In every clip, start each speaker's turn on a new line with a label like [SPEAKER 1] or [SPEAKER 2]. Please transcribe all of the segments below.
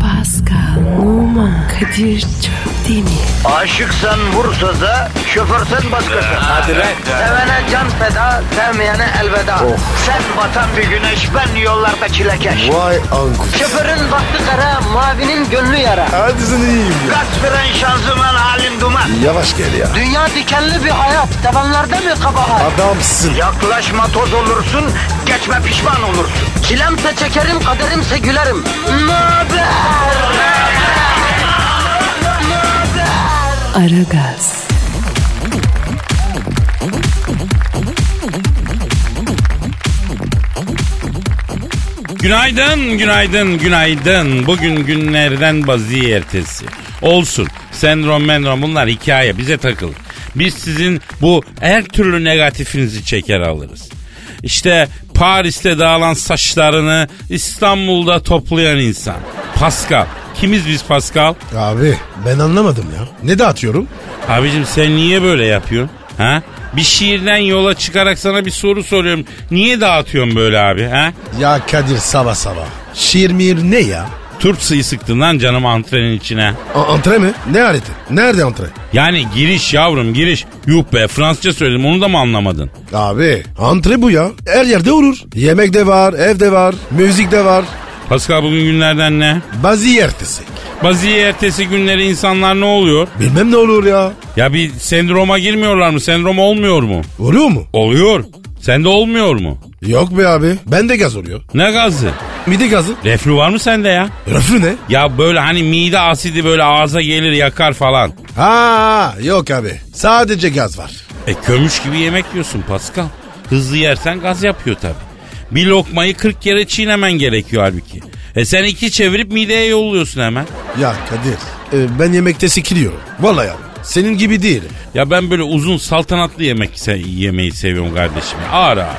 [SPEAKER 1] Pascal, Oman, Kadir çok değil mi?
[SPEAKER 2] Aşıksan vursa da şoförsen başkasın.
[SPEAKER 3] Hadi lan. Oh.
[SPEAKER 2] Sevene can feda, sevmeyene elveda. Sen batan bir güneş, ben yollarda çilekeş.
[SPEAKER 4] Vay anku.
[SPEAKER 2] Şoförün baktı kara, mavinin gönlü yara.
[SPEAKER 4] Hadi sen iyiyim ya.
[SPEAKER 2] Kasperen şanzıman halin duman.
[SPEAKER 4] Yavaş gel ya.
[SPEAKER 2] Dünya dikenli bir hayat, sevenlerde mi kabahar?
[SPEAKER 4] Adamsın.
[SPEAKER 2] Yaklaşma toz olursun, geçme pişman olursun. Çilemse çekerim, kaderimse gülerim. Möber!
[SPEAKER 1] Aragaz,
[SPEAKER 3] Günaydın, günaydın, günaydın. Bugün günlerden bazi ertesi. Olsun. Sendrom mendrom bunlar hikaye bize takılır. Biz sizin bu her türlü negatifinizi çeker alırız. İşte Paris'te dağılan saçlarını İstanbul'da toplayan insan. Pascal. Kimiz biz Pascal?
[SPEAKER 4] Abi ben anlamadım ya. Ne dağıtıyorum?
[SPEAKER 3] Abicim sen niye böyle yapıyorsun? Ha? Bir şiirden yola çıkarak sana bir soru soruyorum. Niye dağıtıyorsun böyle abi? Ha?
[SPEAKER 4] Ya Kadir sabah sabah. Şiir miyir ne ya?
[SPEAKER 3] Turpsayı sıktın lan canım antrenin içine.
[SPEAKER 4] A- antre mi? Ne aleti? Nerede antre?
[SPEAKER 3] Yani giriş yavrum giriş. Yuh be Fransızca söyledim onu da mı anlamadın?
[SPEAKER 4] Abi antre bu ya. Her yerde olur. Yemek de var, evde var, müzik de var.
[SPEAKER 3] Pascal bugün günlerden ne?
[SPEAKER 4] Bazı ertesi.
[SPEAKER 3] Baziye ertesi günleri insanlar ne oluyor?
[SPEAKER 4] Bilmem ne olur ya.
[SPEAKER 3] Ya bir sendroma girmiyorlar mı? Sendrom olmuyor mu?
[SPEAKER 4] Oluyor mu?
[SPEAKER 3] Oluyor. Sende olmuyor mu?
[SPEAKER 4] Yok be abi. Bende gaz oluyor.
[SPEAKER 3] Ne gazı?
[SPEAKER 4] Mide gazı.
[SPEAKER 3] Reflü var mı sende ya?
[SPEAKER 4] Röflü ne?
[SPEAKER 3] Ya böyle hani mide asidi böyle ağza gelir yakar falan.
[SPEAKER 4] Ha yok abi. Sadece gaz var.
[SPEAKER 3] E kömüş gibi yemek yiyorsun Pascal. Hızlı yersen gaz yapıyor tabii. Bir lokmayı 40 kere çiğnemen gerekiyor halbuki. E sen iki çevirip mideye yolluyorsun hemen.
[SPEAKER 4] Ya Kadir e, ben yemekte sikiliyorum. Vallahi abi. Senin gibi değilim.
[SPEAKER 3] Ya ben böyle uzun saltanatlı yemek se- yemeyi seviyorum kardeşim. ya. Ağır ağır yani.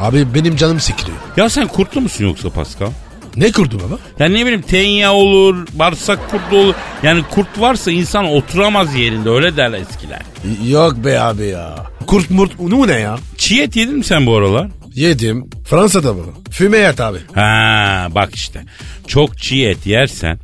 [SPEAKER 4] Abi benim canım sikiliyor.
[SPEAKER 3] Ya sen kurtlu musun yoksa Pascal?
[SPEAKER 4] Ne kurdu baba?
[SPEAKER 3] Ya ne bileyim tenya olur, bağırsak kurtlu olur. Yani kurt varsa insan oturamaz yerinde öyle derler eskiler.
[SPEAKER 4] Yok be abi ya. Kurt murt unu ne ya?
[SPEAKER 3] Çiğ et yedin mi sen bu aralar?
[SPEAKER 4] Yedim. Fransa'da bu. Füme yat abi.
[SPEAKER 3] Ha bak işte. Çok çiğ et yersen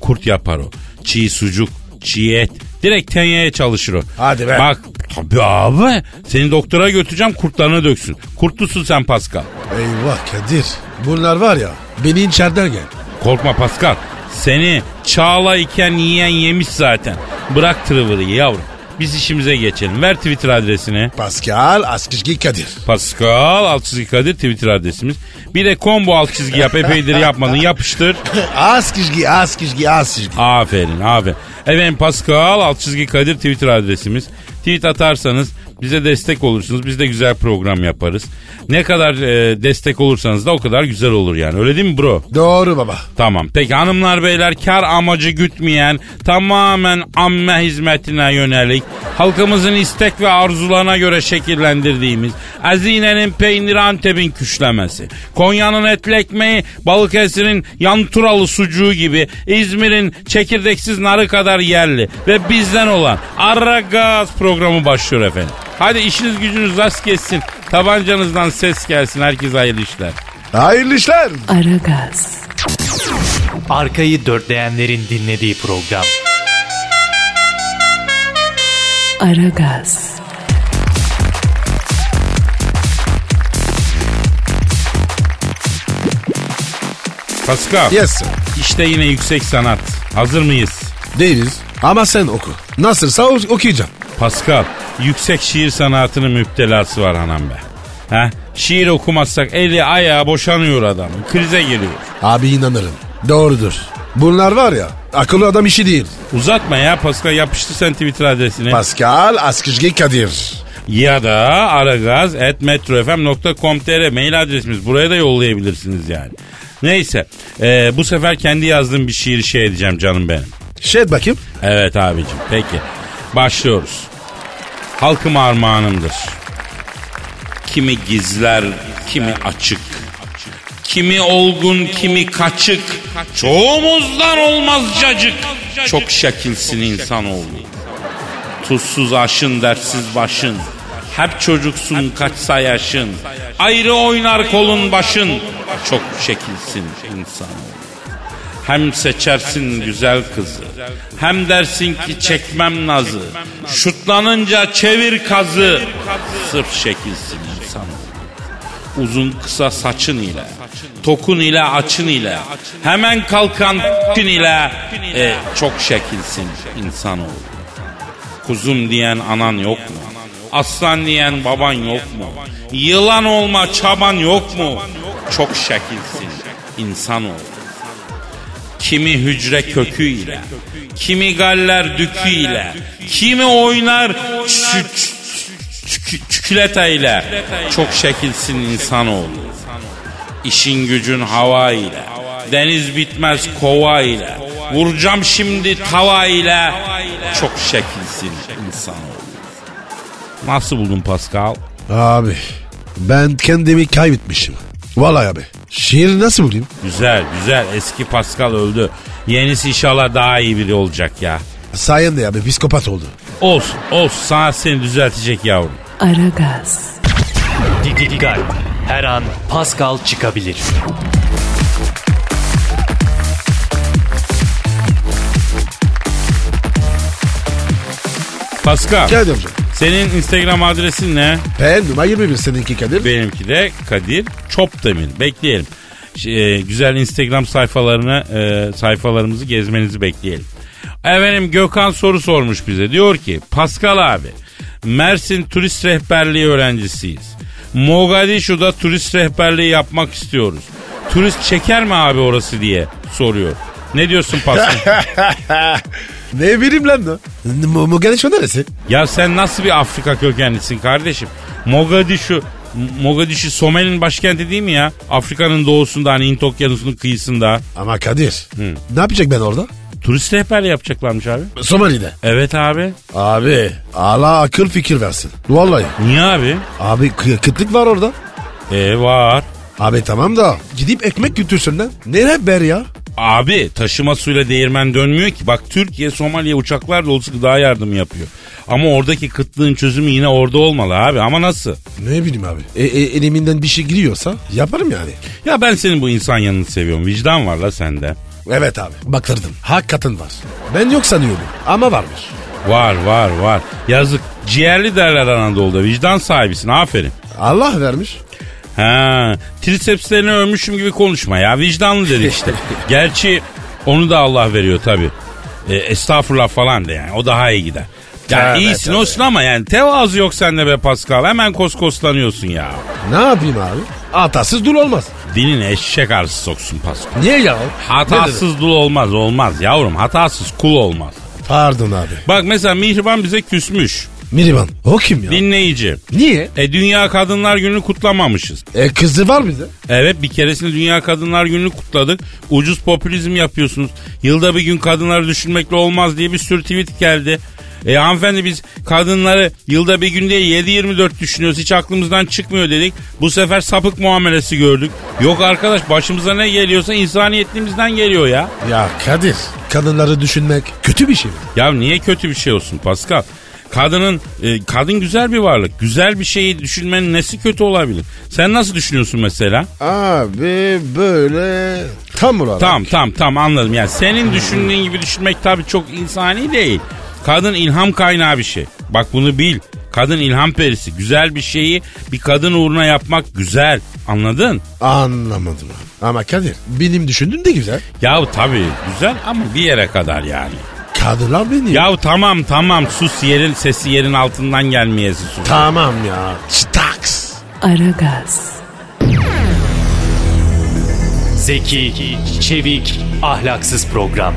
[SPEAKER 3] kurt yapar o. Çiğ sucuk, çiğ et. Direkt tenyaya çalışır o.
[SPEAKER 4] Hadi be.
[SPEAKER 3] Bak tabii abi. Seni doktora götüreceğim kurtlarına döksün. Kurtlusun sen Pascal.
[SPEAKER 4] Eyvah Kadir. Bunlar var ya. Beni içeriden gel.
[SPEAKER 3] Korkma Pascal. Seni çağla iken yiyen yemiş zaten. Bırak Trevor'ı yavrum. Biz işimize geçelim. Ver Twitter adresini.
[SPEAKER 4] Pascal Askışki Kadir.
[SPEAKER 3] Pascal alt çizgi Kadir Twitter adresimiz. Bir de combo alt çizgi yap. Epeydir yapmadın. Yapıştır.
[SPEAKER 4] Askışki Askışki Askışki.
[SPEAKER 3] Aferin aferin. Efendim Pascal alt çizgi Kadir Twitter adresimiz. Tweet atarsanız bize destek olursunuz. Biz de güzel program yaparız. Ne kadar e, destek olursanız da o kadar güzel olur yani. Öyle değil mi bro?
[SPEAKER 4] Doğru baba.
[SPEAKER 3] Tamam. Peki hanımlar beyler kar amacı gütmeyen tamamen amme hizmetine yönelik halkımızın istek ve arzularına göre şekillendirdiğimiz Azine'nin peyniri Antep'in küşlemesi, Konya'nın etli ekmeği Balıkesir'in yanturalı sucuğu gibi İzmir'in çekirdeksiz narı kadar yerli ve bizden olan Aragaz programı başlıyor efendim. Hadi işiniz gücünüz rast geçsin. Tabancanızdan ses gelsin. Herkese hayırlı işler.
[SPEAKER 4] Hayırlı işler.
[SPEAKER 1] Aragaz,
[SPEAKER 5] Arkayı dörtleyenlerin dinlediği program.
[SPEAKER 1] Aragaz,
[SPEAKER 3] Pascal.
[SPEAKER 4] Yes sir.
[SPEAKER 3] İşte yine yüksek sanat. Hazır mıyız?
[SPEAKER 4] Değiliz. Ama sen oku. Nasılsa ok- okuyacağım.
[SPEAKER 3] Pascal, yüksek şiir sanatının müptelası var hanım be. Ha? Şiir okumazsak eli ayağı boşanıyor adam. Krize geliyor.
[SPEAKER 4] Abi inanırım. Doğrudur. Bunlar var ya akıllı adam işi değil.
[SPEAKER 3] Uzatma ya Pascal yapıştır sen Twitter adresini.
[SPEAKER 4] Pascal Askışki Kadir.
[SPEAKER 3] ya da aragaz.metrofm.com.tr mail adresimiz. Buraya da yollayabilirsiniz yani. Neyse e, bu sefer kendi yazdığım bir şiiri şey edeceğim canım benim.
[SPEAKER 4] Şey et bakayım.
[SPEAKER 3] Evet abicim peki. Başlıyoruz. Halkım armağanımdır. Kimi gizler, kimi açık. Kimi olgun, kimi kaçık. Çoğumuzdan olmaz cacık. Çok şekilsin insanoğlu. Tuzsuz aşın, dertsiz başın. Hep çocuksun kaçsa yaşın. Ayrı oynar kolun başın. Çok şekilsin insanoğlu. Hem seçersin güzel kızı. Hem dersin ki çekmem nazı. Şutlanınca çevir kazı. Sırf şekilsin insan. Uzun kısa saçın ile. Tokun ile açın ile. Hemen kalkan gün ile. e, çok şekilsin insanoğlu. Kuzum diyen anan yok mu? Aslan diyen baban yok mu? Yılan olma çaban yok mu? Çok şekilsin insan ol. Kimi hücre köküyle, kimi galler düküyle, kimi oynar çü- çü- çü- çikolateyle. Çok şekilsin insan ol. İşin gücün hava ile, deniz bitmez kova ile, vuracağım şimdi tava ile. Çok şekilsin insan ol. Nasıl buldun Pascal?
[SPEAKER 4] Abi ben kendimi kaybetmişim. Vallahi abi. Şiiri nasıl bulayım?
[SPEAKER 3] Güzel güzel eski Pascal öldü. Yenisi inşallah daha iyi biri olacak ya.
[SPEAKER 4] Sayende abi psikopat oldu.
[SPEAKER 3] Olsun olsun sana seni düzeltecek yavrum.
[SPEAKER 1] Aragaz,
[SPEAKER 5] Didi Digal. Her an Pascal çıkabilir.
[SPEAKER 3] Pascal
[SPEAKER 4] Kadir hocam.
[SPEAKER 3] senin Instagram adresin ne?
[SPEAKER 4] Ben numara 21 seninki Kadir.
[SPEAKER 3] Benimki de Kadir Çopdemir. Bekleyelim. Ş- e, güzel Instagram sayfalarını e, sayfalarımızı gezmenizi bekleyelim. Efendim Gökhan soru sormuş bize. Diyor ki Pascal abi Mersin turist rehberliği öğrencisiyiz. Mogadishu'da turist rehberliği yapmak istiyoruz. Turist çeker mi abi orası diye soruyor. Ne diyorsun Pascal?
[SPEAKER 4] ne bileyim lan da. Mogadishu neresi?
[SPEAKER 3] ya sen nasıl bir Afrika kökenlisin kardeşim? Mogadishu Mogadishu Somali'nin başkenti değil mi ya? Afrika'nın doğusunda hani Hint Okyanusu'nun kıyısında.
[SPEAKER 4] Ama Kadir. Ne yapacak ben orada?
[SPEAKER 3] Turist rehber yapacaklarmış abi.
[SPEAKER 4] Somali'de.
[SPEAKER 3] Evet abi.
[SPEAKER 4] Abi. Allah akıl fikir versin. Vallahi.
[SPEAKER 3] Niye abi?
[SPEAKER 4] Abi kı- kıtlık var orada.
[SPEAKER 3] E var.
[SPEAKER 4] Abi tamam da gidip ekmek götürsün lan. Ne rehber ya?
[SPEAKER 3] Abi taşıma suyla değirmen dönmüyor ki. Bak Türkiye, Somali'ye uçaklar dolusu gıda yardımı yapıyor. Ama oradaki kıtlığın çözümü yine orada olmalı abi. Ama nasıl?
[SPEAKER 4] Ne bileyim abi. E, e, eliminden bir şey giriyorsa yaparım yani.
[SPEAKER 3] Ya ben senin bu insan yanını seviyorum. Vicdan var la sende.
[SPEAKER 4] Evet abi. Baktırdım. Hakikaten var. Ben yok sanıyordum ama varmış.
[SPEAKER 3] Var var var. Yazık. Ciğerli derler Anadolu'da. Vicdan sahibisin. Aferin.
[SPEAKER 4] Allah vermiş.
[SPEAKER 3] Ha, trisepslerini ölmüşüm gibi konuşma ya. Vicdanlı dedik işte. Gerçi onu da Allah veriyor tabii. E, estağfurullah falan de yani. O daha iyi gider. Ya
[SPEAKER 4] Tabii,
[SPEAKER 3] iyisin
[SPEAKER 4] tabii.
[SPEAKER 3] olsun ama yani tevazu yok sende be Pascal. Hemen koskoslanıyorsun ya.
[SPEAKER 4] Ne yapayım abi? Atasız dul olmaz.
[SPEAKER 3] Dilini eşek arısı soksun Pascal.
[SPEAKER 4] Niye ya? Ne
[SPEAKER 3] Hatasız dul olmaz olmaz yavrum. Hatasız kul olmaz.
[SPEAKER 4] dedi? Pardon abi.
[SPEAKER 3] Bak mesela Mihriban bize küsmüş.
[SPEAKER 4] Mirivan. O kim ya?
[SPEAKER 3] Dinleyici.
[SPEAKER 4] Niye?
[SPEAKER 3] E Dünya Kadınlar Günü kutlamamışız.
[SPEAKER 4] E kızı var mıydı?
[SPEAKER 3] Evet bir keresinde Dünya Kadınlar Günü'nü kutladık. Ucuz popülizm yapıyorsunuz. Yılda bir gün kadınları düşünmekle olmaz diye bir sürü tweet geldi. E hanımefendi biz kadınları yılda bir gün değil 7-24 düşünüyoruz. Hiç aklımızdan çıkmıyor dedik. Bu sefer sapık muamelesi gördük. Yok arkadaş başımıza ne geliyorsa insaniyetliğimizden geliyor ya.
[SPEAKER 4] Ya Kadir. Kadınları düşünmek kötü bir şey mi?
[SPEAKER 3] Ya niye kötü bir şey olsun Pascal? Kadının e, kadın güzel bir varlık. Güzel bir şeyi düşünmenin nesi kötü olabilir? Sen nasıl düşünüyorsun mesela?
[SPEAKER 4] Abi böyle tam olarak.
[SPEAKER 3] Tamam tamam tamam anladım. Yani senin düşündüğün gibi düşünmek tabii çok insani değil. Kadın ilham kaynağı bir şey. Bak bunu bil. Kadın ilham perisi. Güzel bir şeyi bir kadın uğruna yapmak güzel. Anladın?
[SPEAKER 4] Anlamadım abi. Ama Kadir benim düşündüğüm de güzel.
[SPEAKER 3] Yahu tabii güzel ama bir yere kadar yani.
[SPEAKER 4] Kadınlar beni.
[SPEAKER 3] Yahu tamam tamam sus yerin sesi yerin altından gelmeyesi sus.
[SPEAKER 4] Tamam ya. Staks.
[SPEAKER 1] Aragaz,
[SPEAKER 5] Zeki, çevik, ahlaksız program.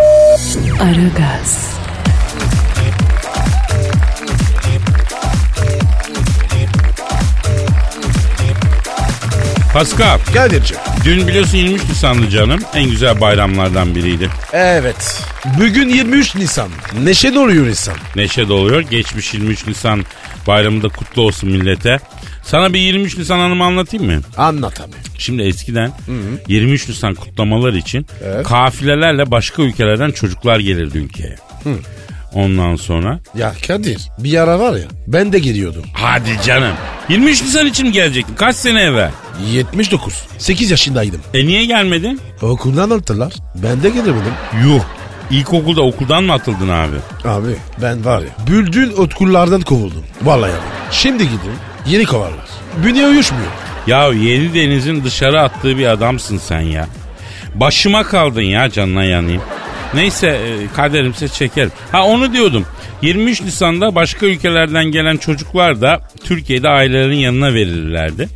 [SPEAKER 1] Aragaz,
[SPEAKER 3] Pascal
[SPEAKER 4] Kadir'ciğim.
[SPEAKER 3] dün biliyorsun 23 Nisan'dı canım. En güzel bayramlardan biriydi.
[SPEAKER 4] Evet. Bugün 23 Nisan. Neşe doluyor insan.
[SPEAKER 3] neşe doluyor. Geçmiş 23 Nisan bayramı da kutlu olsun millete. Sana bir 23 Nisan anımı anlatayım mı?
[SPEAKER 4] Anlat abi.
[SPEAKER 3] Şimdi eskiden 23 Nisan kutlamaları için kafilelerle başka ülkelerden çocuklar gelirdi ülkeye. Ondan sonra
[SPEAKER 4] Ya Kadir bir ara var ya ben de geliyordum.
[SPEAKER 3] hadi canım 23 Nisan için mi gelecektin kaç sene evvel?
[SPEAKER 4] 79. 8 yaşındaydım.
[SPEAKER 3] E niye gelmedin?
[SPEAKER 4] Okuldan attılar. Ben de gelemedim.
[SPEAKER 3] Yuh. İlkokulda okuldan mı atıldın abi?
[SPEAKER 4] Abi ben var ya. Büldün okullardan kovuldum. Vallahi abi. Şimdi gidin. Yeni kovarlar. Bünye uyuşmuyor.
[SPEAKER 3] Ya yedi denizin dışarı attığı bir adamsın sen ya. Başıma kaldın ya canına yanayım. Neyse e, kaderimse çekerim. Ha onu diyordum. 23 Nisan'da başka ülkelerden gelen çocuklar da Türkiye'de ailelerin yanına verilirlerdi.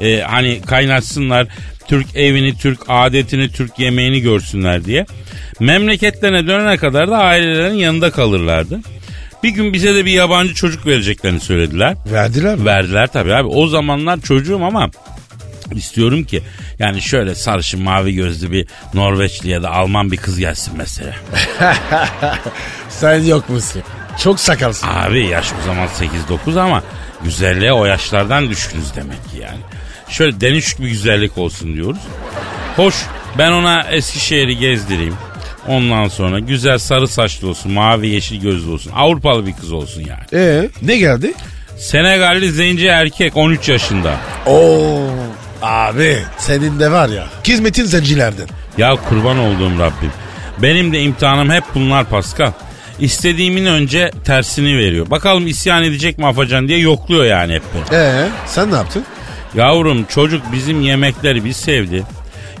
[SPEAKER 3] E, hani kaynaşsınlar Türk evini, Türk adetini, Türk yemeğini görsünler diye. Memleketlerine dönene kadar da ailelerin yanında kalırlardı. Bir gün bize de bir yabancı çocuk vereceklerini söylediler.
[SPEAKER 4] Verdiler mi?
[SPEAKER 3] Verdiler tabii abi. O zamanlar çocuğum ama istiyorum ki yani şöyle sarışın mavi gözlü bir Norveçli ya da Alman bir kız gelsin mesela.
[SPEAKER 4] Sen yok musun? Çok sakalsın.
[SPEAKER 3] Abi yaş o zaman 8-9 ama güzelliğe o yaşlardan düşkünüz demek ki yani. Şöyle deniş bir güzellik olsun diyoruz. Hoş ben ona Eskişehir'i gezdireyim. Ondan sonra güzel sarı saçlı olsun, mavi yeşil gözlü olsun. Avrupalı bir kız olsun yani.
[SPEAKER 4] Ee, ne geldi?
[SPEAKER 3] Senegalli zenci erkek 13 yaşında.
[SPEAKER 4] Oo. Abi senin de var ya. Hizmetin zencilerden.
[SPEAKER 3] Ya kurban olduğum Rabbim. Benim de imtihanım hep bunlar Pascal. İstediğimin önce tersini veriyor. Bakalım isyan edecek mi Afacan diye yokluyor yani hep beni.
[SPEAKER 4] Ee, sen ne yaptın?
[SPEAKER 3] Yavrum çocuk bizim yemekleri bir sevdi.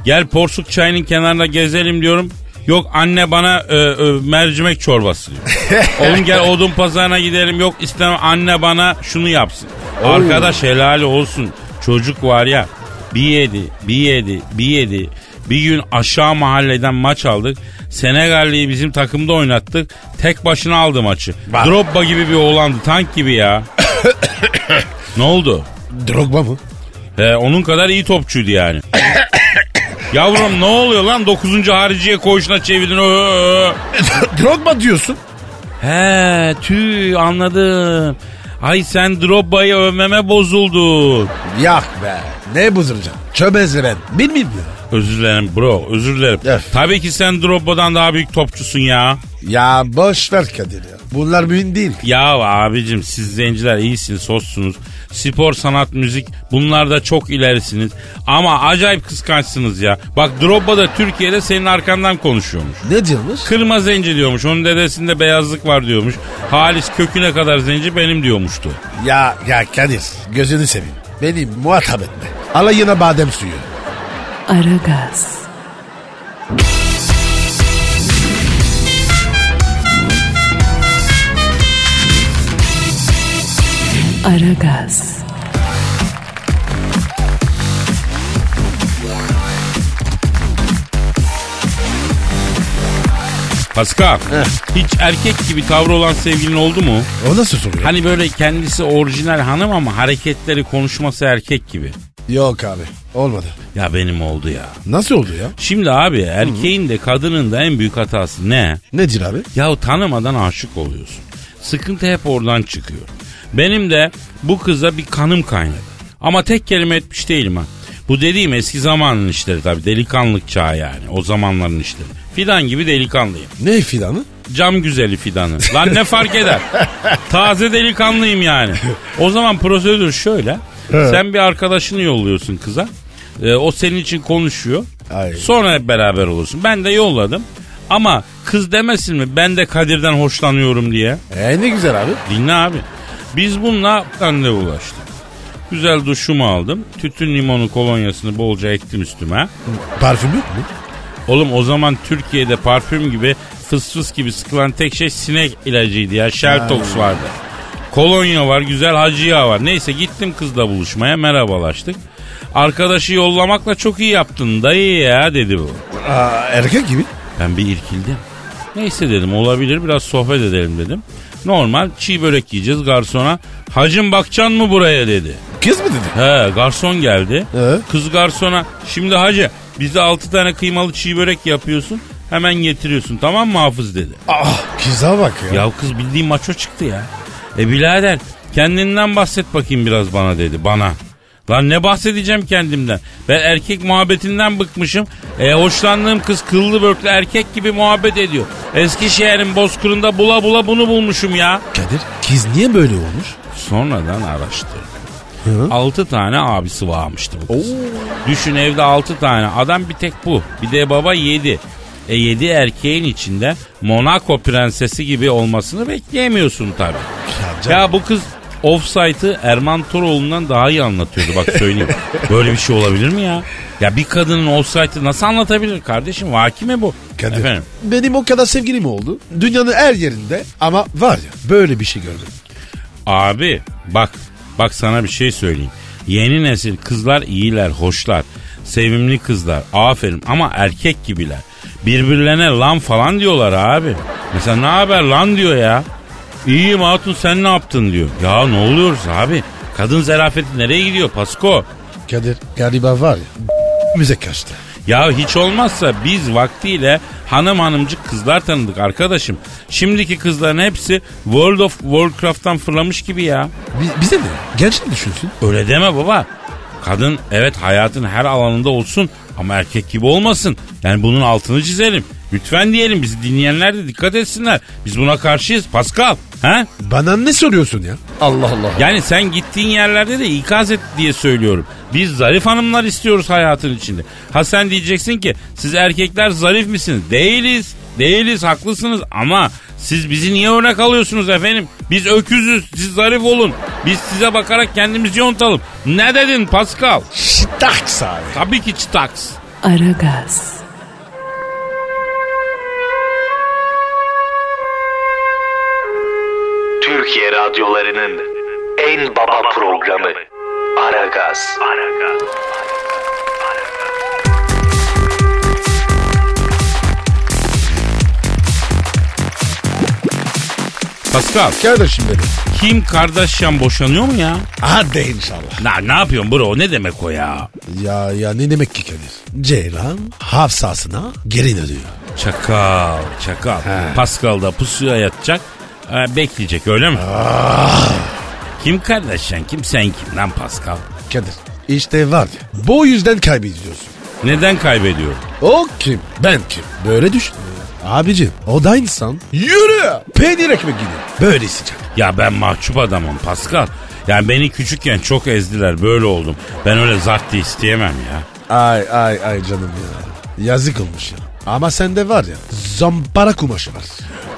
[SPEAKER 3] Gel porsuk çayının kenarında gezelim diyorum. Yok anne bana e, e, mercimek çorbası diyor. Oğlum gel odun pazarına gidelim. Yok istemem anne bana şunu yapsın. Arkadaş helali olsun. Çocuk var ya bir yedi, bir yedi, bir yedi. Bir gün aşağı mahalleden maç aldık. Senegalli'yi bizim takımda oynattık. Tek başına aldı maçı.
[SPEAKER 4] Vay.
[SPEAKER 3] Drogba gibi bir oğlandı. Tank gibi ya. ne oldu?
[SPEAKER 4] Drogba mı?
[SPEAKER 3] He, onun kadar iyi topçuydu yani. Yavrum ne oluyor lan 9. hariciye koğuşuna çevirdin. öh, Ö.
[SPEAKER 4] Drogba diyorsun.
[SPEAKER 3] He tüy anladım. Ay sen Drogba'yı övmeme bozuldun.
[SPEAKER 4] Yak be. Ne bozulacağım? Çömezle ben. Bilmiyim ya.
[SPEAKER 3] Özür dilerim bro özür dilerim.
[SPEAKER 4] Öf.
[SPEAKER 3] Tabii ki sen Drogba'dan daha büyük topçusun ya.
[SPEAKER 4] Ya boş ver Kadir ya. Bunlar mühim değil.
[SPEAKER 3] Ya abicim siz zenciler iyisiniz, hoşsunuz. Spor, sanat, müzik bunlarda çok ilerisiniz. Ama acayip kıskançsınız ya. Bak Drogba da Türkiye'de senin arkandan konuşuyormuş.
[SPEAKER 4] Ne diyorsunuz?
[SPEAKER 3] Kırma zenci diyormuş. Onun dedesinde beyazlık var diyormuş. Halis köküne kadar zenci benim diyormuştu.
[SPEAKER 4] Ya ya Kadir gözünü seveyim. Beni muhatap etme. Alayına badem suyu.
[SPEAKER 1] Aragaz, Aragaz,
[SPEAKER 3] Pascal, hiç erkek gibi tavrı olan sevgilin oldu mu?
[SPEAKER 4] O nasıl soruyor?
[SPEAKER 3] Hani böyle kendisi orijinal hanım ama hareketleri, konuşması erkek gibi.
[SPEAKER 4] Yok abi olmadı.
[SPEAKER 3] Ya benim oldu ya.
[SPEAKER 4] Nasıl oldu ya?
[SPEAKER 3] Şimdi abi erkeğin de kadının da en büyük hatası ne?
[SPEAKER 4] Nedir abi?
[SPEAKER 3] Yahu tanımadan aşık oluyorsun. Sıkıntı hep oradan çıkıyor. Benim de bu kıza bir kanım kaynadı. Ama tek kelime etmiş değilim ha. Bu dediğim eski zamanın işleri tabii. Delikanlık çağı yani. O zamanların işleri. Fidan gibi delikanlıyım.
[SPEAKER 4] Ne filanı?
[SPEAKER 3] Cam güzeli fidanı. Lan ne fark eder? Taze delikanlıyım yani. O zaman prosedür şöyle.
[SPEAKER 4] Evet.
[SPEAKER 3] Sen bir arkadaşını yolluyorsun kıza. Ee, o senin için konuşuyor.
[SPEAKER 4] Ay.
[SPEAKER 3] Sonra hep beraber olursun. Ben de yolladım. Ama kız demesin mi ben de Kadir'den hoşlanıyorum diye.
[SPEAKER 4] E ne güzel abi.
[SPEAKER 3] Dinle abi. Biz bununla anne ulaştık. Güzel duşumu aldım. Tütün limonu kolonyasını bolca ektim üstüme.
[SPEAKER 4] Parfüm yok mu?
[SPEAKER 3] Oğlum o zaman Türkiye'de parfüm gibi fıs fıs gibi sıkılan tek şey sinek ilacıydı ya. Sheltox vardı. Kolonya var, güzel hacı yağı var. Neyse gittim kızla buluşmaya merhabalaştık. Arkadaşı yollamakla çok iyi yaptın dayı ya dedi bu.
[SPEAKER 4] Aa, erkek gibi.
[SPEAKER 3] Ben bir irkildim. Neyse dedim olabilir biraz sohbet edelim dedim. Normal çiğ börek yiyeceğiz garsona. Hacım bakcan mı buraya dedi.
[SPEAKER 4] Kız mı dedi?
[SPEAKER 3] He garson geldi.
[SPEAKER 4] Ee?
[SPEAKER 3] Kız garsona şimdi hacı bize 6 tane kıymalı çiğ börek yapıyorsun. Hemen getiriyorsun tamam mı hafız dedi.
[SPEAKER 4] Ah kıza bak ya.
[SPEAKER 3] Ya kız bildiğin maço çıktı ya. E birader kendinden bahset bakayım biraz bana dedi bana. Lan ne bahsedeceğim kendimden? Ben erkek muhabbetinden bıkmışım. E, hoşlandığım kız kıllı börklü erkek gibi muhabbet ediyor. Eskişehir'in bozkırında bula bula bunu bulmuşum ya.
[SPEAKER 4] Kadir kız niye böyle olmuş?
[SPEAKER 3] Sonradan araştırdım. 6 tane abisi varmıştı bu kız. Düşün evde 6 tane adam bir tek bu. Bir de baba 7. E 7 erkeğin içinde Monaco prensesi gibi olmasını bekleyemiyorsun tabii.
[SPEAKER 4] canım.
[SPEAKER 3] Ya bu kız Offside'ı Erman Toroğlu'ndan daha iyi anlatıyordu bak söyleyeyim. Böyle bir şey olabilir mi ya? Ya bir kadının offside'ı nasıl anlatabilir kardeşim? Vakime bu.
[SPEAKER 4] Kadir.
[SPEAKER 3] Efendim.
[SPEAKER 4] Benim o kadar sevgilim oldu. Dünyanın her yerinde ama var ya böyle bir şey gördüm.
[SPEAKER 3] Abi bak bak sana bir şey söyleyeyim. Yeni nesil kızlar iyiler, hoşlar. Sevimli kızlar. Aferin ama erkek gibiler. Birbirlerine lan falan diyorlar abi. Mesela ne haber lan diyor ya. İyiyim hatun sen ne yaptın diyor. Ya ne oluyoruz abi? Kadın zerafeti nereye gidiyor Pasko?
[SPEAKER 4] Kadir galiba var ya müze kaçtı.
[SPEAKER 3] Ya hiç olmazsa biz vaktiyle hanım hanımcık kızlar tanıdık arkadaşım. Şimdiki kızların hepsi World of Warcraft'tan fırlamış gibi ya.
[SPEAKER 4] Bi- bize ne? Gençler düşünsün.
[SPEAKER 3] Öyle deme baba. Kadın evet hayatın her alanında olsun ama erkek gibi olmasın. Yani bunun altını çizelim. Lütfen diyelim bizi dinleyenler de dikkat etsinler. Biz buna karşıyız Pascal. He?
[SPEAKER 4] Bana ne soruyorsun ya? Allah Allah.
[SPEAKER 3] Yani sen gittiğin yerlerde de ikaz et diye söylüyorum. Biz zarif hanımlar istiyoruz hayatın içinde. Ha sen diyeceksin ki siz erkekler zarif misiniz? Değiliz. Değiliz haklısınız ama siz bizi niye örnek alıyorsunuz efendim? Biz öküzüz siz zarif olun. Biz size bakarak kendimizi yontalım. Ne dedin Pascal?
[SPEAKER 4] Şitaks abi.
[SPEAKER 3] Tabii ki çıtaks.
[SPEAKER 1] Aragaz,
[SPEAKER 6] Türkiye radyolarının en baba programı Aragaz.
[SPEAKER 3] Pascal
[SPEAKER 4] Kardeşim benim.
[SPEAKER 3] Kim Kardashian boşanıyor mu ya?
[SPEAKER 4] Hadi inşallah.
[SPEAKER 3] La ne yapıyorsun bro ne demek o ya?
[SPEAKER 4] Ya ya ne demek ki Kadir? Ceylan hafsasına geri dönüyor.
[SPEAKER 3] Çakal, çakal. Pascal da pusuya yatacak, e, bekleyecek öyle mi?
[SPEAKER 4] Ah.
[SPEAKER 3] Kim kardeşen kim sen kim lan Pascal?
[SPEAKER 4] Kadir işte var ya bu yüzden kaybediyorsun.
[SPEAKER 3] Neden kaybediyor?
[SPEAKER 4] O kim? Ben kim? Böyle düşün. Abicim o da insan. Yürü. Peynir ekmek gibi. Böyle sıcak.
[SPEAKER 3] Ya ben mahcup adamım Pascal. Yani beni küçükken çok ezdiler böyle oldum. Ben öyle zart diye isteyemem ya.
[SPEAKER 4] Ay ay ay canım ya. Yazık olmuş ya. Ama sende var ya zampara kumaşı var.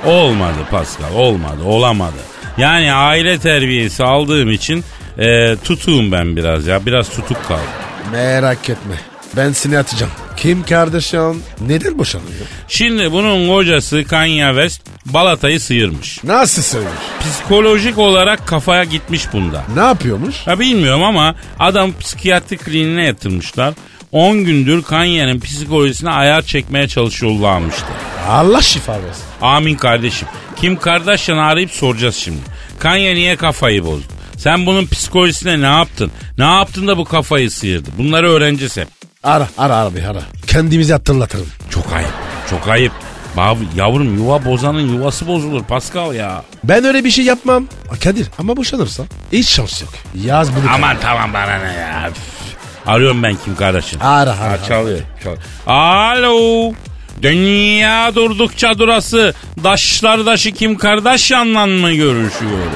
[SPEAKER 3] Olmadı Pascal olmadı olamadı. Yani aile terbiyesi aldığım için e, tutuğum ben biraz ya biraz tutuk kaldım.
[SPEAKER 4] Merak etme. Ben seni atacağım. Kim kardeşim? Neden boşanıyor?
[SPEAKER 3] Şimdi bunun kocası Kanye West balatayı sıyırmış.
[SPEAKER 4] Nasıl söylüyor?
[SPEAKER 3] Psikolojik olarak kafaya gitmiş bunda.
[SPEAKER 4] Ne yapıyormuş?
[SPEAKER 3] Ya bilmiyorum ama adam psikiyatri kliniğine yatırmışlar. 10 gündür Kanye'nin psikolojisine ayar çekmeye çalışıyorlarmıştı.
[SPEAKER 4] Allah şifa versin.
[SPEAKER 3] Amin kardeşim. Kim Kardashian'ı arayıp soracağız şimdi. Kanye niye kafayı bozdu? Sen bunun psikolojisine ne yaptın? Ne yaptın da bu kafayı sıyırdı? Bunları öğreneceğiz hep.
[SPEAKER 4] Ara ara ara bir ara. Kendimizi hatırlatırım.
[SPEAKER 3] Çok ayıp. Çok ayıp. Bav- Yavrum yuva bozanın yuvası bozulur Pascal ya.
[SPEAKER 4] Ben öyle bir şey yapmam. Kadir ama boşanırsa hiç şans yok. Yaz bunu.
[SPEAKER 3] Aman tamam bana ne ya. Üf. Arıyorum ben Kim Kardashian.
[SPEAKER 4] Ara ara.
[SPEAKER 3] Ha,
[SPEAKER 4] ara.
[SPEAKER 3] çalıyor. çalıyor. Alo. Dünya durdukça durası. Daşlar daşı Kim Kardashian'la mı görüşüyorum?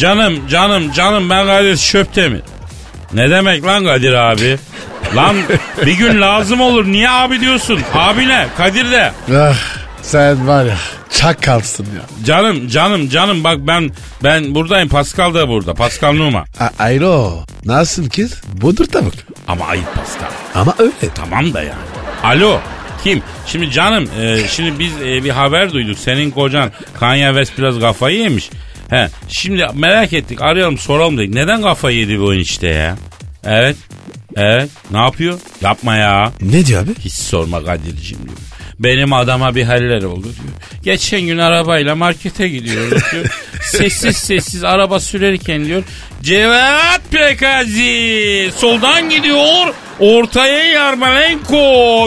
[SPEAKER 3] Canım canım canım ben Kadir Şöptemir. Ne demek lan Kadir abi? lan bir gün lazım olur. Niye abi diyorsun? Abi ne? Kadir de.
[SPEAKER 4] Ah, sen var ya çakalsın ya.
[SPEAKER 3] Canım canım canım bak ben ben buradayım. Pascal da burada. Pascal Numa.
[SPEAKER 4] A- Ayro nasılsın kız? Budur tavuk.
[SPEAKER 3] Ama ayıp Pascal.
[SPEAKER 4] Ama öyle.
[SPEAKER 3] Tamam da yani. Alo kim? Şimdi canım e, şimdi biz e, bir haber duyduk. Senin kocan Kanye West biraz kafayı yemiş. He, şimdi merak ettik arayalım soralım dedik. Neden kafayı yedi bu işte ya? Evet. Evet. Ne yapıyor? Yapma ya.
[SPEAKER 4] Ne diyor abi?
[SPEAKER 3] Hiç sorma Kadir'cim diyor. Benim adama bir haller oldu diyor. Geçen gün arabayla markete gidiyoruz diyor. sessiz sessiz araba sürerken diyor. Cevat Pekazi soldan gidiyor. Ortaya Yarmolenko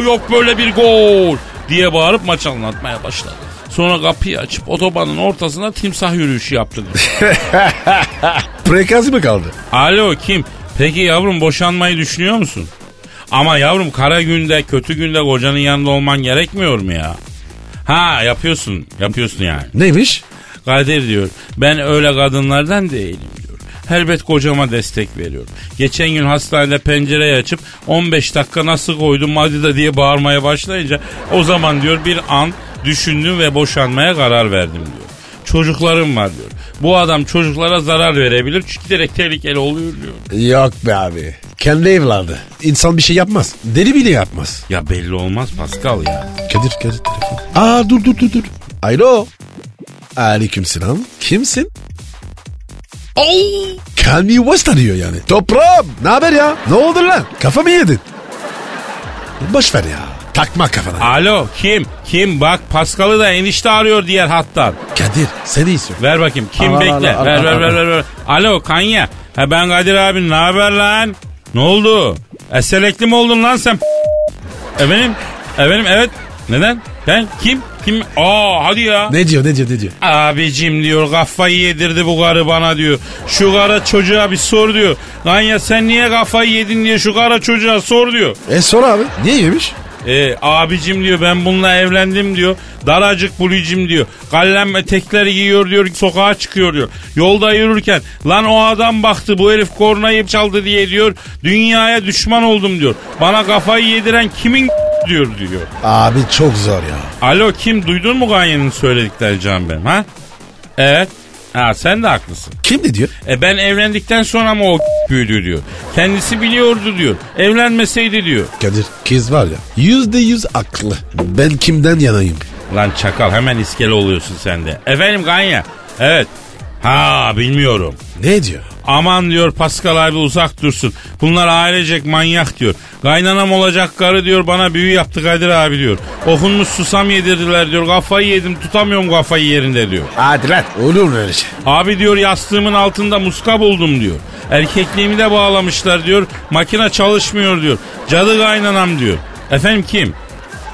[SPEAKER 3] yok böyle bir gol diye bağırıp maç anlatmaya başladı. Sonra kapıyı açıp otobanın ortasına timsah yürüyüşü yaptı. diyor.
[SPEAKER 4] Prekaz mı kaldı?
[SPEAKER 3] Alo kim? Peki yavrum boşanmayı düşünüyor musun? Ama yavrum kara günde kötü günde kocanın yanında olman gerekmiyor mu ya? Ha yapıyorsun yapıyorsun yani.
[SPEAKER 4] Neymiş?
[SPEAKER 3] Kadir diyor ben öyle kadınlardan değilim diyor. Elbet kocama destek veriyorum. Geçen gün hastanede pencereyi açıp 15 dakika nasıl koydum hadi da diye bağırmaya başlayınca o zaman diyor bir an düşündüm ve boşanmaya karar verdim diyor. Çocuklarım var diyor. Bu adam çocuklara zarar verebilir çünkü giderek tehlikeli oluyor diyor.
[SPEAKER 4] Yok be abi. Kendi evladı. İnsan bir şey yapmaz. Deli bile yapmaz.
[SPEAKER 3] Ya belli olmaz Pascal ya.
[SPEAKER 4] Kadir Kadir telefon. Aa dur dur dur dur. Alo. Aleyküm selam. Kimsin? Oh. Kanye West arıyor yani. Toprağım ne haber ya? Ne oldu lan? Kafamı yedin. Boş ver ya. Takma kafana.
[SPEAKER 3] Alo kim? Kim? Bak Pascal'ı da enişte arıyor diğer hattan.
[SPEAKER 4] Kadir seni istiyor.
[SPEAKER 3] Ver bakayım. Kim
[SPEAKER 4] Al, al,
[SPEAKER 3] bekle?
[SPEAKER 4] al, al,
[SPEAKER 3] ver,
[SPEAKER 4] al,
[SPEAKER 3] ver,
[SPEAKER 4] al.
[SPEAKER 3] ver, ver, ver. Alo Kanya. Ha ben Kadir abi ne haber lan? Ne oldu? Eselekli mi oldun lan sen? Efendim? Efendim evet. Neden? Ben kim? Kim? Aa hadi ya.
[SPEAKER 4] Ne diyor ne diyor ne diyor?
[SPEAKER 3] Abicim diyor kafayı yedirdi bu karı bana diyor. Şu kara çocuğa bir sor diyor. Kanya sen niye kafayı yedin diye şu kara çocuğa sor diyor.
[SPEAKER 4] E sor abi. Niye yemiş?
[SPEAKER 3] E, abicim diyor ben bununla evlendim diyor. Daracık bulicim diyor. Kallem etekleri giyiyor diyor. Sokağa çıkıyor diyor. Yolda yürürken lan o adam baktı bu herif kornayı çaldı diye diyor. Dünyaya düşman oldum diyor. Bana kafayı yediren kimin diyor diyor.
[SPEAKER 4] Abi çok zor ya.
[SPEAKER 3] Alo kim duydun mu Ganyan'ın söyledikleri Can Bem ha? Evet. Ha sen de haklısın.
[SPEAKER 4] Kim ne diyor?
[SPEAKER 3] E ben evlendikten sonra mı o büyüdü diyor. Kendisi biliyordu diyor. Evlenmeseydi diyor.
[SPEAKER 4] Kadir kız var ya yüzde yüz aklı. Ben kimden yanayım?
[SPEAKER 3] Lan çakal hemen iskele oluyorsun sen de. Efendim Ganya. Evet. Ha bilmiyorum.
[SPEAKER 4] Ne diyor?
[SPEAKER 3] Aman diyor Pascal abi uzak dursun. Bunlar ailecek manyak diyor. Kaynanam olacak karı diyor bana büyü yaptı Kadir abi diyor. Okunmuş susam yedirdiler diyor. Kafayı yedim tutamıyorum kafayı yerinde diyor.
[SPEAKER 4] Hadi lan. Olur mu öyle şey?
[SPEAKER 3] Abi diyor yastığımın altında muska buldum diyor. Erkekliğimi de bağlamışlar diyor. Makine çalışmıyor diyor. Cadı kaynanam diyor. Efendim kim?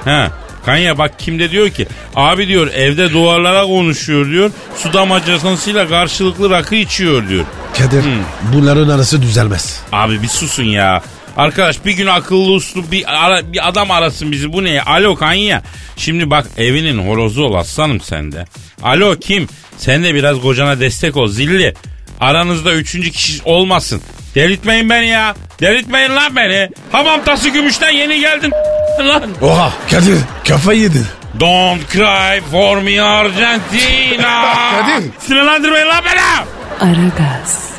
[SPEAKER 3] Ha. Kanya bak kimde diyor ki abi diyor evde duvarlara konuşuyor diyor. Su damacasıyla karşılıklı rakı içiyor diyor.
[SPEAKER 4] Kadir bunların arası düzelmez.
[SPEAKER 3] Abi bir susun ya. Arkadaş bir gün akıllı uslu bir, ara- bir adam arasın bizi bu ne? ya? Alo Kanya. Şimdi bak evinin horozu ol aslanım sende. Alo kim? Sen de biraz kocana destek ol zilli. Aranızda üçüncü kişi olmasın. Delirtmeyin beni ya. Delirtmeyin lan beni. Hamam tası gümüşten yeni geldin lan.
[SPEAKER 4] Oha Kadir kafayı yedin.
[SPEAKER 3] Don't cry for me Argentina.
[SPEAKER 4] Kadir.
[SPEAKER 3] Sinirlendirmeyin lan beni.
[SPEAKER 1] Aragaz,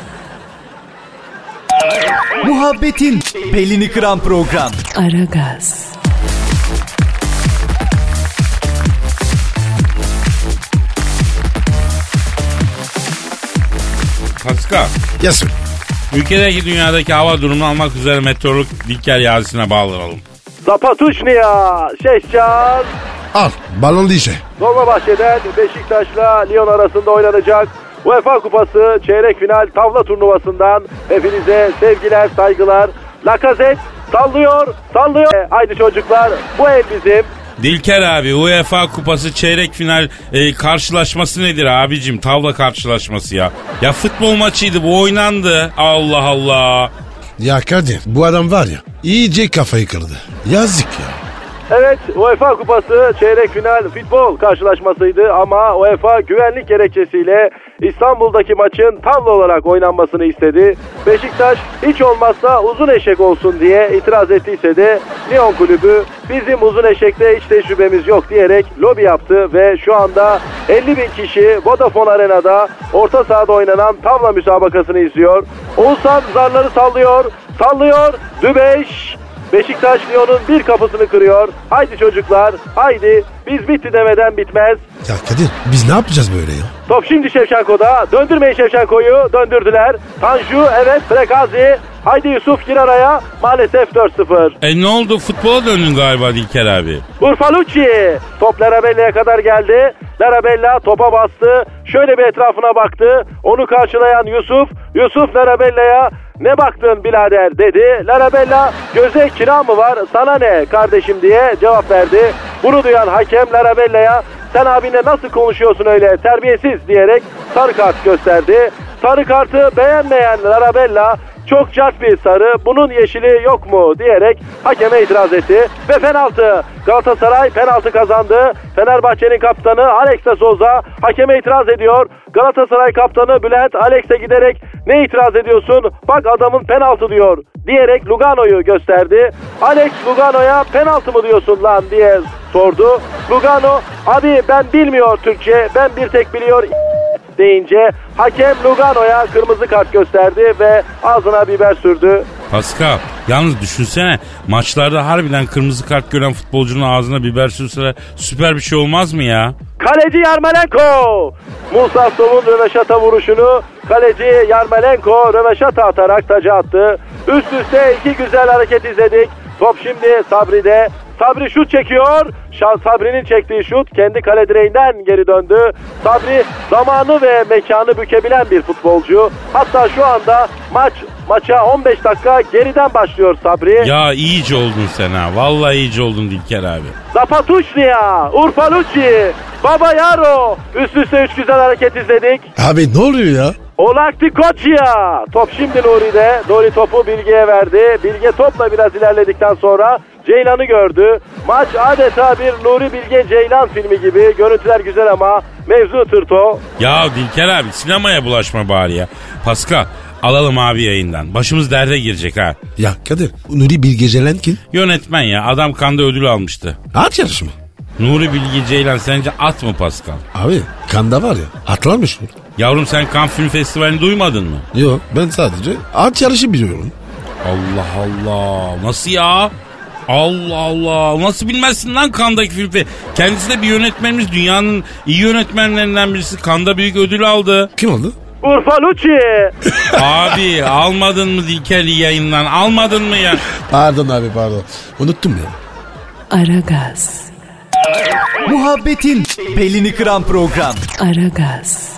[SPEAKER 5] Muhabbetin belini kıran program.
[SPEAKER 1] Aragaz,
[SPEAKER 3] Pascal.
[SPEAKER 4] Yasın.
[SPEAKER 3] Ülkedeki dünyadaki hava durumunu almak üzere meteorolog Dilker Yasin'e bağlanalım.
[SPEAKER 7] Zapatuşnia, Şehşan,
[SPEAKER 4] Al balon şey. dişe.
[SPEAKER 7] Dolmabahçe'den Beşiktaş'la Lyon arasında oynanacak UEFA Kupası çeyrek final tavla turnuvasından hepinize sevgiler, saygılar. Lacazette sallıyor, sallıyor. E, Haydi çocuklar, bu el bizim.
[SPEAKER 3] Dilker abi UEFA kupası çeyrek final e, karşılaşması nedir abicim? Tavla karşılaşması ya. Ya futbol maçıydı bu oynandı. Allah Allah.
[SPEAKER 4] Ya Kadir bu adam var ya iyice kafayı kırdı. Yazık ya.
[SPEAKER 7] Evet UEFA Kupası çeyrek final futbol karşılaşmasıydı ama UEFA güvenlik gerekçesiyle İstanbul'daki maçın tavla olarak oynanmasını istedi. Beşiktaş hiç olmazsa uzun eşek olsun diye itiraz ettiyse de Lyon kulübü bizim uzun eşekte hiç tecrübemiz yok diyerek lobi yaptı ve şu anda 50 bin kişi Vodafone Arena'da orta sahada oynanan tavla müsabakasını izliyor. Oğuzhan zarları sallıyor, sallıyor, dübeş, Beşiktaş Lyon'un bir kapısını kırıyor. Haydi çocuklar, haydi. Biz bitti demeden bitmez.
[SPEAKER 4] Ya Kadir biz ne yapacağız böyle ya?
[SPEAKER 7] Top şimdi Şevçenko'da. Döndürmeyin Şevçenko'yu. Döndürdüler. Tanju, evet, Frekazi. Haydi Yusuf gir araya. Maalesef 4-0.
[SPEAKER 3] E ne oldu futbola döndün galiba Dilker abi.
[SPEAKER 7] Urfalucci. Top Larabella'ya kadar geldi. Larabella topa bastı. Şöyle bir etrafına baktı. Onu karşılayan Yusuf. Yusuf Larabella'ya ne baktın birader dedi. Larabella göze kira mı var sana ne kardeşim diye cevap verdi. Bunu duyan hakem Larabella'ya sen abinle nasıl konuşuyorsun öyle terbiyesiz diyerek sarı kart gösterdi. Sarı kartı beğenmeyen Larabella Çok cart bir sarı bunun yeşili yok mu diyerek hakeme itiraz etti. Ve penaltı. Galatasaray penaltı kazandı. Fenerbahçe'nin kaptanı Alex de Souza hakeme itiraz ediyor. Galatasaray kaptanı Bülent Alex'e giderek ne itiraz ediyorsun bak adamın penaltı diyor diyerek Lugano'yu gösterdi. Alex Lugano'ya penaltı mı diyorsun lan diye sordu. Lugano abi ben bilmiyor Türkçe ben bir tek biliyor deyince hakem Lugano'ya kırmızı kart gösterdi ve ağzına biber sürdü.
[SPEAKER 3] Pascal yalnız düşünsene maçlarda harbiden kırmızı kart gören futbolcunun ağzına biber sürseler süper bir şey olmaz mı ya?
[SPEAKER 7] Kaleci Yarmolenko! Musa Sov'un röveşata vuruşunu kaleci Yarmolenko röveşata atarak taca attı. Üst üste iki güzel hareket izledik. Top şimdi Sabri'de. Sabri şut çekiyor. Şan Sabri'nin çektiği şut kendi kale direğinden geri döndü. Sabri zamanı ve mekanı bükebilen bir futbolcu. Hatta şu anda maç maça 15 dakika geriden başlıyor Sabri.
[SPEAKER 3] Ya iyice oldun sen ha. Vallahi iyice oldun Dilker abi.
[SPEAKER 7] Zapatuçnia, Urfalucci, Baba Yaro. Üst üste üç güzel hareket izledik.
[SPEAKER 4] Abi ne oluyor ya?
[SPEAKER 7] Olakti Koçya. Top şimdi Nuri'de. Nuri topu Bilge'ye verdi. Bilge topla biraz ilerledikten sonra Ceylan'ı gördü. Maç adeta bir Nuri Bilge Ceylan filmi gibi. Görüntüler güzel ama mevzu tırto.
[SPEAKER 3] Ya Dilker abi sinemaya bulaşma bari ya. Pascal alalım abi yayından. Başımız derde girecek ha.
[SPEAKER 4] Ya Kadir Nuri Bilge Ceylan kim?
[SPEAKER 3] Yönetmen ya adam kanda ödül almıştı.
[SPEAKER 4] At yarışı mı?
[SPEAKER 3] Nuri Bilge Ceylan sence at mı Pascal?
[SPEAKER 4] Abi kanda var ya atlarmış mı?
[SPEAKER 3] Yavrum sen Cannes Film Festivali'ni duymadın mı?
[SPEAKER 4] Yok ben sadece at yarışı biliyorum.
[SPEAKER 3] Allah Allah. Nasıl ya? Allah Allah. Nasıl bilmezsin lan Kandaki filmi? Kendisi de bir yönetmenimiz. Dünyanın iyi yönetmenlerinden birisi. Kanda büyük ödül aldı.
[SPEAKER 4] Kim oldu?
[SPEAKER 7] Urfalucci.
[SPEAKER 3] Abi almadın mı Dilker'i yayından? Almadın mı ya?
[SPEAKER 4] Pardon abi pardon. Unuttum ya.
[SPEAKER 1] Aragaz,
[SPEAKER 5] Muhabbetin belini kıran program.
[SPEAKER 1] Aragaz,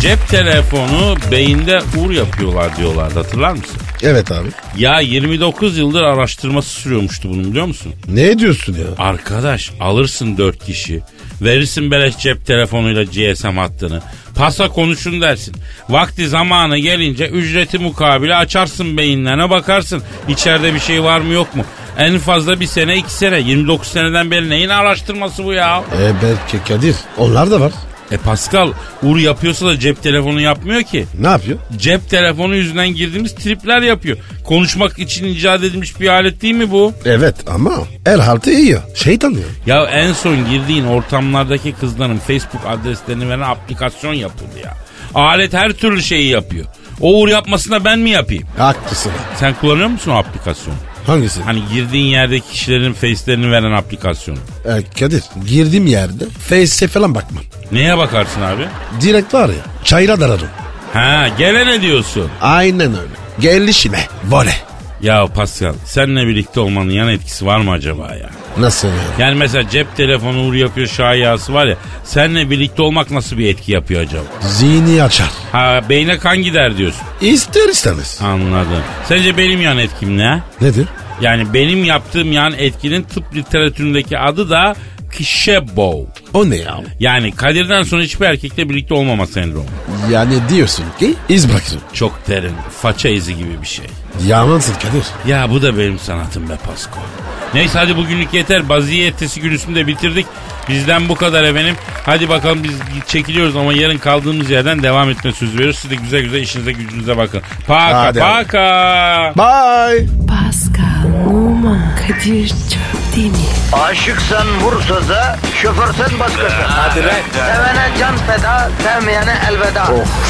[SPEAKER 3] Cep telefonu beyinde uğur yapıyorlar diyorlardı. Hatırlar mısın?
[SPEAKER 4] Evet abi.
[SPEAKER 3] Ya 29 yıldır araştırması sürüyormuştu bunun biliyor musun?
[SPEAKER 4] Ne diyorsun ya?
[SPEAKER 3] Arkadaş alırsın dört kişi. Verirsin beleş cep telefonuyla GSM hattını. Pasa konuşun dersin. Vakti zamanı gelince ücreti mukabile açarsın beyinlerine bakarsın. İçeride bir şey var mı yok mu? En fazla bir sene iki sene. 29 seneden beri neyin araştırması bu ya?
[SPEAKER 4] E belki Kadir. Onlar da var.
[SPEAKER 3] E Pascal Uğur yapıyorsa da cep telefonu yapmıyor ki.
[SPEAKER 4] Ne yapıyor?
[SPEAKER 3] Cep telefonu yüzünden girdiğimiz tripler yapıyor. Konuşmak için icat edilmiş bir alet değil mi bu?
[SPEAKER 4] Evet ama her halde iyi ya. Şeytan ya.
[SPEAKER 3] Ya en son girdiğin ortamlardaki kızların Facebook adreslerini veren aplikasyon yapıldı ya. Alet her türlü şeyi yapıyor. O uğur yapmasına ben mi yapayım?
[SPEAKER 4] Haklısın. abi.
[SPEAKER 3] Sen kullanıyor musun o aplikasyonu?
[SPEAKER 4] Hangisi?
[SPEAKER 3] Hani girdiğin yerdeki kişilerin face'lerini veren aplikasyonu.
[SPEAKER 4] E, Kadir girdiğim yerde Face'e falan bakmam.
[SPEAKER 3] Neye bakarsın abi?
[SPEAKER 4] Direkt var ya çayra dararım.
[SPEAKER 3] Ha gelene diyorsun.
[SPEAKER 4] Aynen öyle. Gelişime. Vole.
[SPEAKER 3] Ya Pascal senle birlikte olmanın yan etkisi var mı acaba ya?
[SPEAKER 4] Nasıl yani?
[SPEAKER 3] Yani mesela cep telefonu uğur yapıyor şayiası var ya. Senle birlikte olmak nasıl bir etki yapıyor acaba?
[SPEAKER 4] Zihni açar.
[SPEAKER 3] Ha beyne kan gider diyorsun.
[SPEAKER 4] İster istemez.
[SPEAKER 3] Anladım. Sence benim yan etkim ne?
[SPEAKER 4] Nedir?
[SPEAKER 3] Yani benim yaptığım yan etkinin tıp literatüründeki adı da kişebo.
[SPEAKER 4] O ne ya?
[SPEAKER 3] Yani Kadir'den sonra hiçbir erkekle birlikte olmama sendromu.
[SPEAKER 4] Yani diyorsun ki iz bırakırım.
[SPEAKER 3] Çok derin, faça izi gibi bir şey.
[SPEAKER 4] Yağmansın Kadir.
[SPEAKER 3] Ya bu da benim sanatım be Pasko. Neyse hadi bugünlük yeter. Baziye ertesi günüsünü de bitirdik. Bizden bu kadar efendim. Hadi bakalım biz çekiliyoruz ama yarın kaldığımız yerden devam etme sözü veriyoruz. Siz de güzel güzel işinize gücünüze bakın. Paka
[SPEAKER 4] Hadi abi.
[SPEAKER 3] paka.
[SPEAKER 4] Bye.
[SPEAKER 1] Pascal, Oman, Kadir çok değil mi?
[SPEAKER 2] Aşıksan vursa da, şoförsen başkasın. Hadi Sevene can feda, sevmeyene elveda.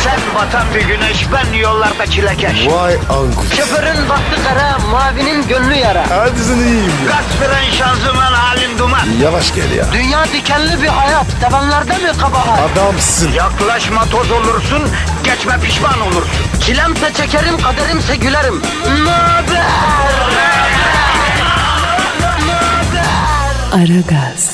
[SPEAKER 2] Sen batan bir güneş, ben yollarda çilekeş.
[SPEAKER 4] Vay anku.
[SPEAKER 2] Şoförün baktı kara, mavinin gönlü yara.
[SPEAKER 4] Hadi sen iyiyim ya.
[SPEAKER 2] Kasperen şanzıman halin duman.
[SPEAKER 4] Yavaş gel ya.
[SPEAKER 2] Dünya dikenli bir hayat, sevenlerde mi kabahar?
[SPEAKER 4] Adamsın.
[SPEAKER 2] Yaklaşma toz olursun, geçme pişman olursun. Çilemse çekerim, kaderimse gülerim. Möber!
[SPEAKER 1] Aragaz.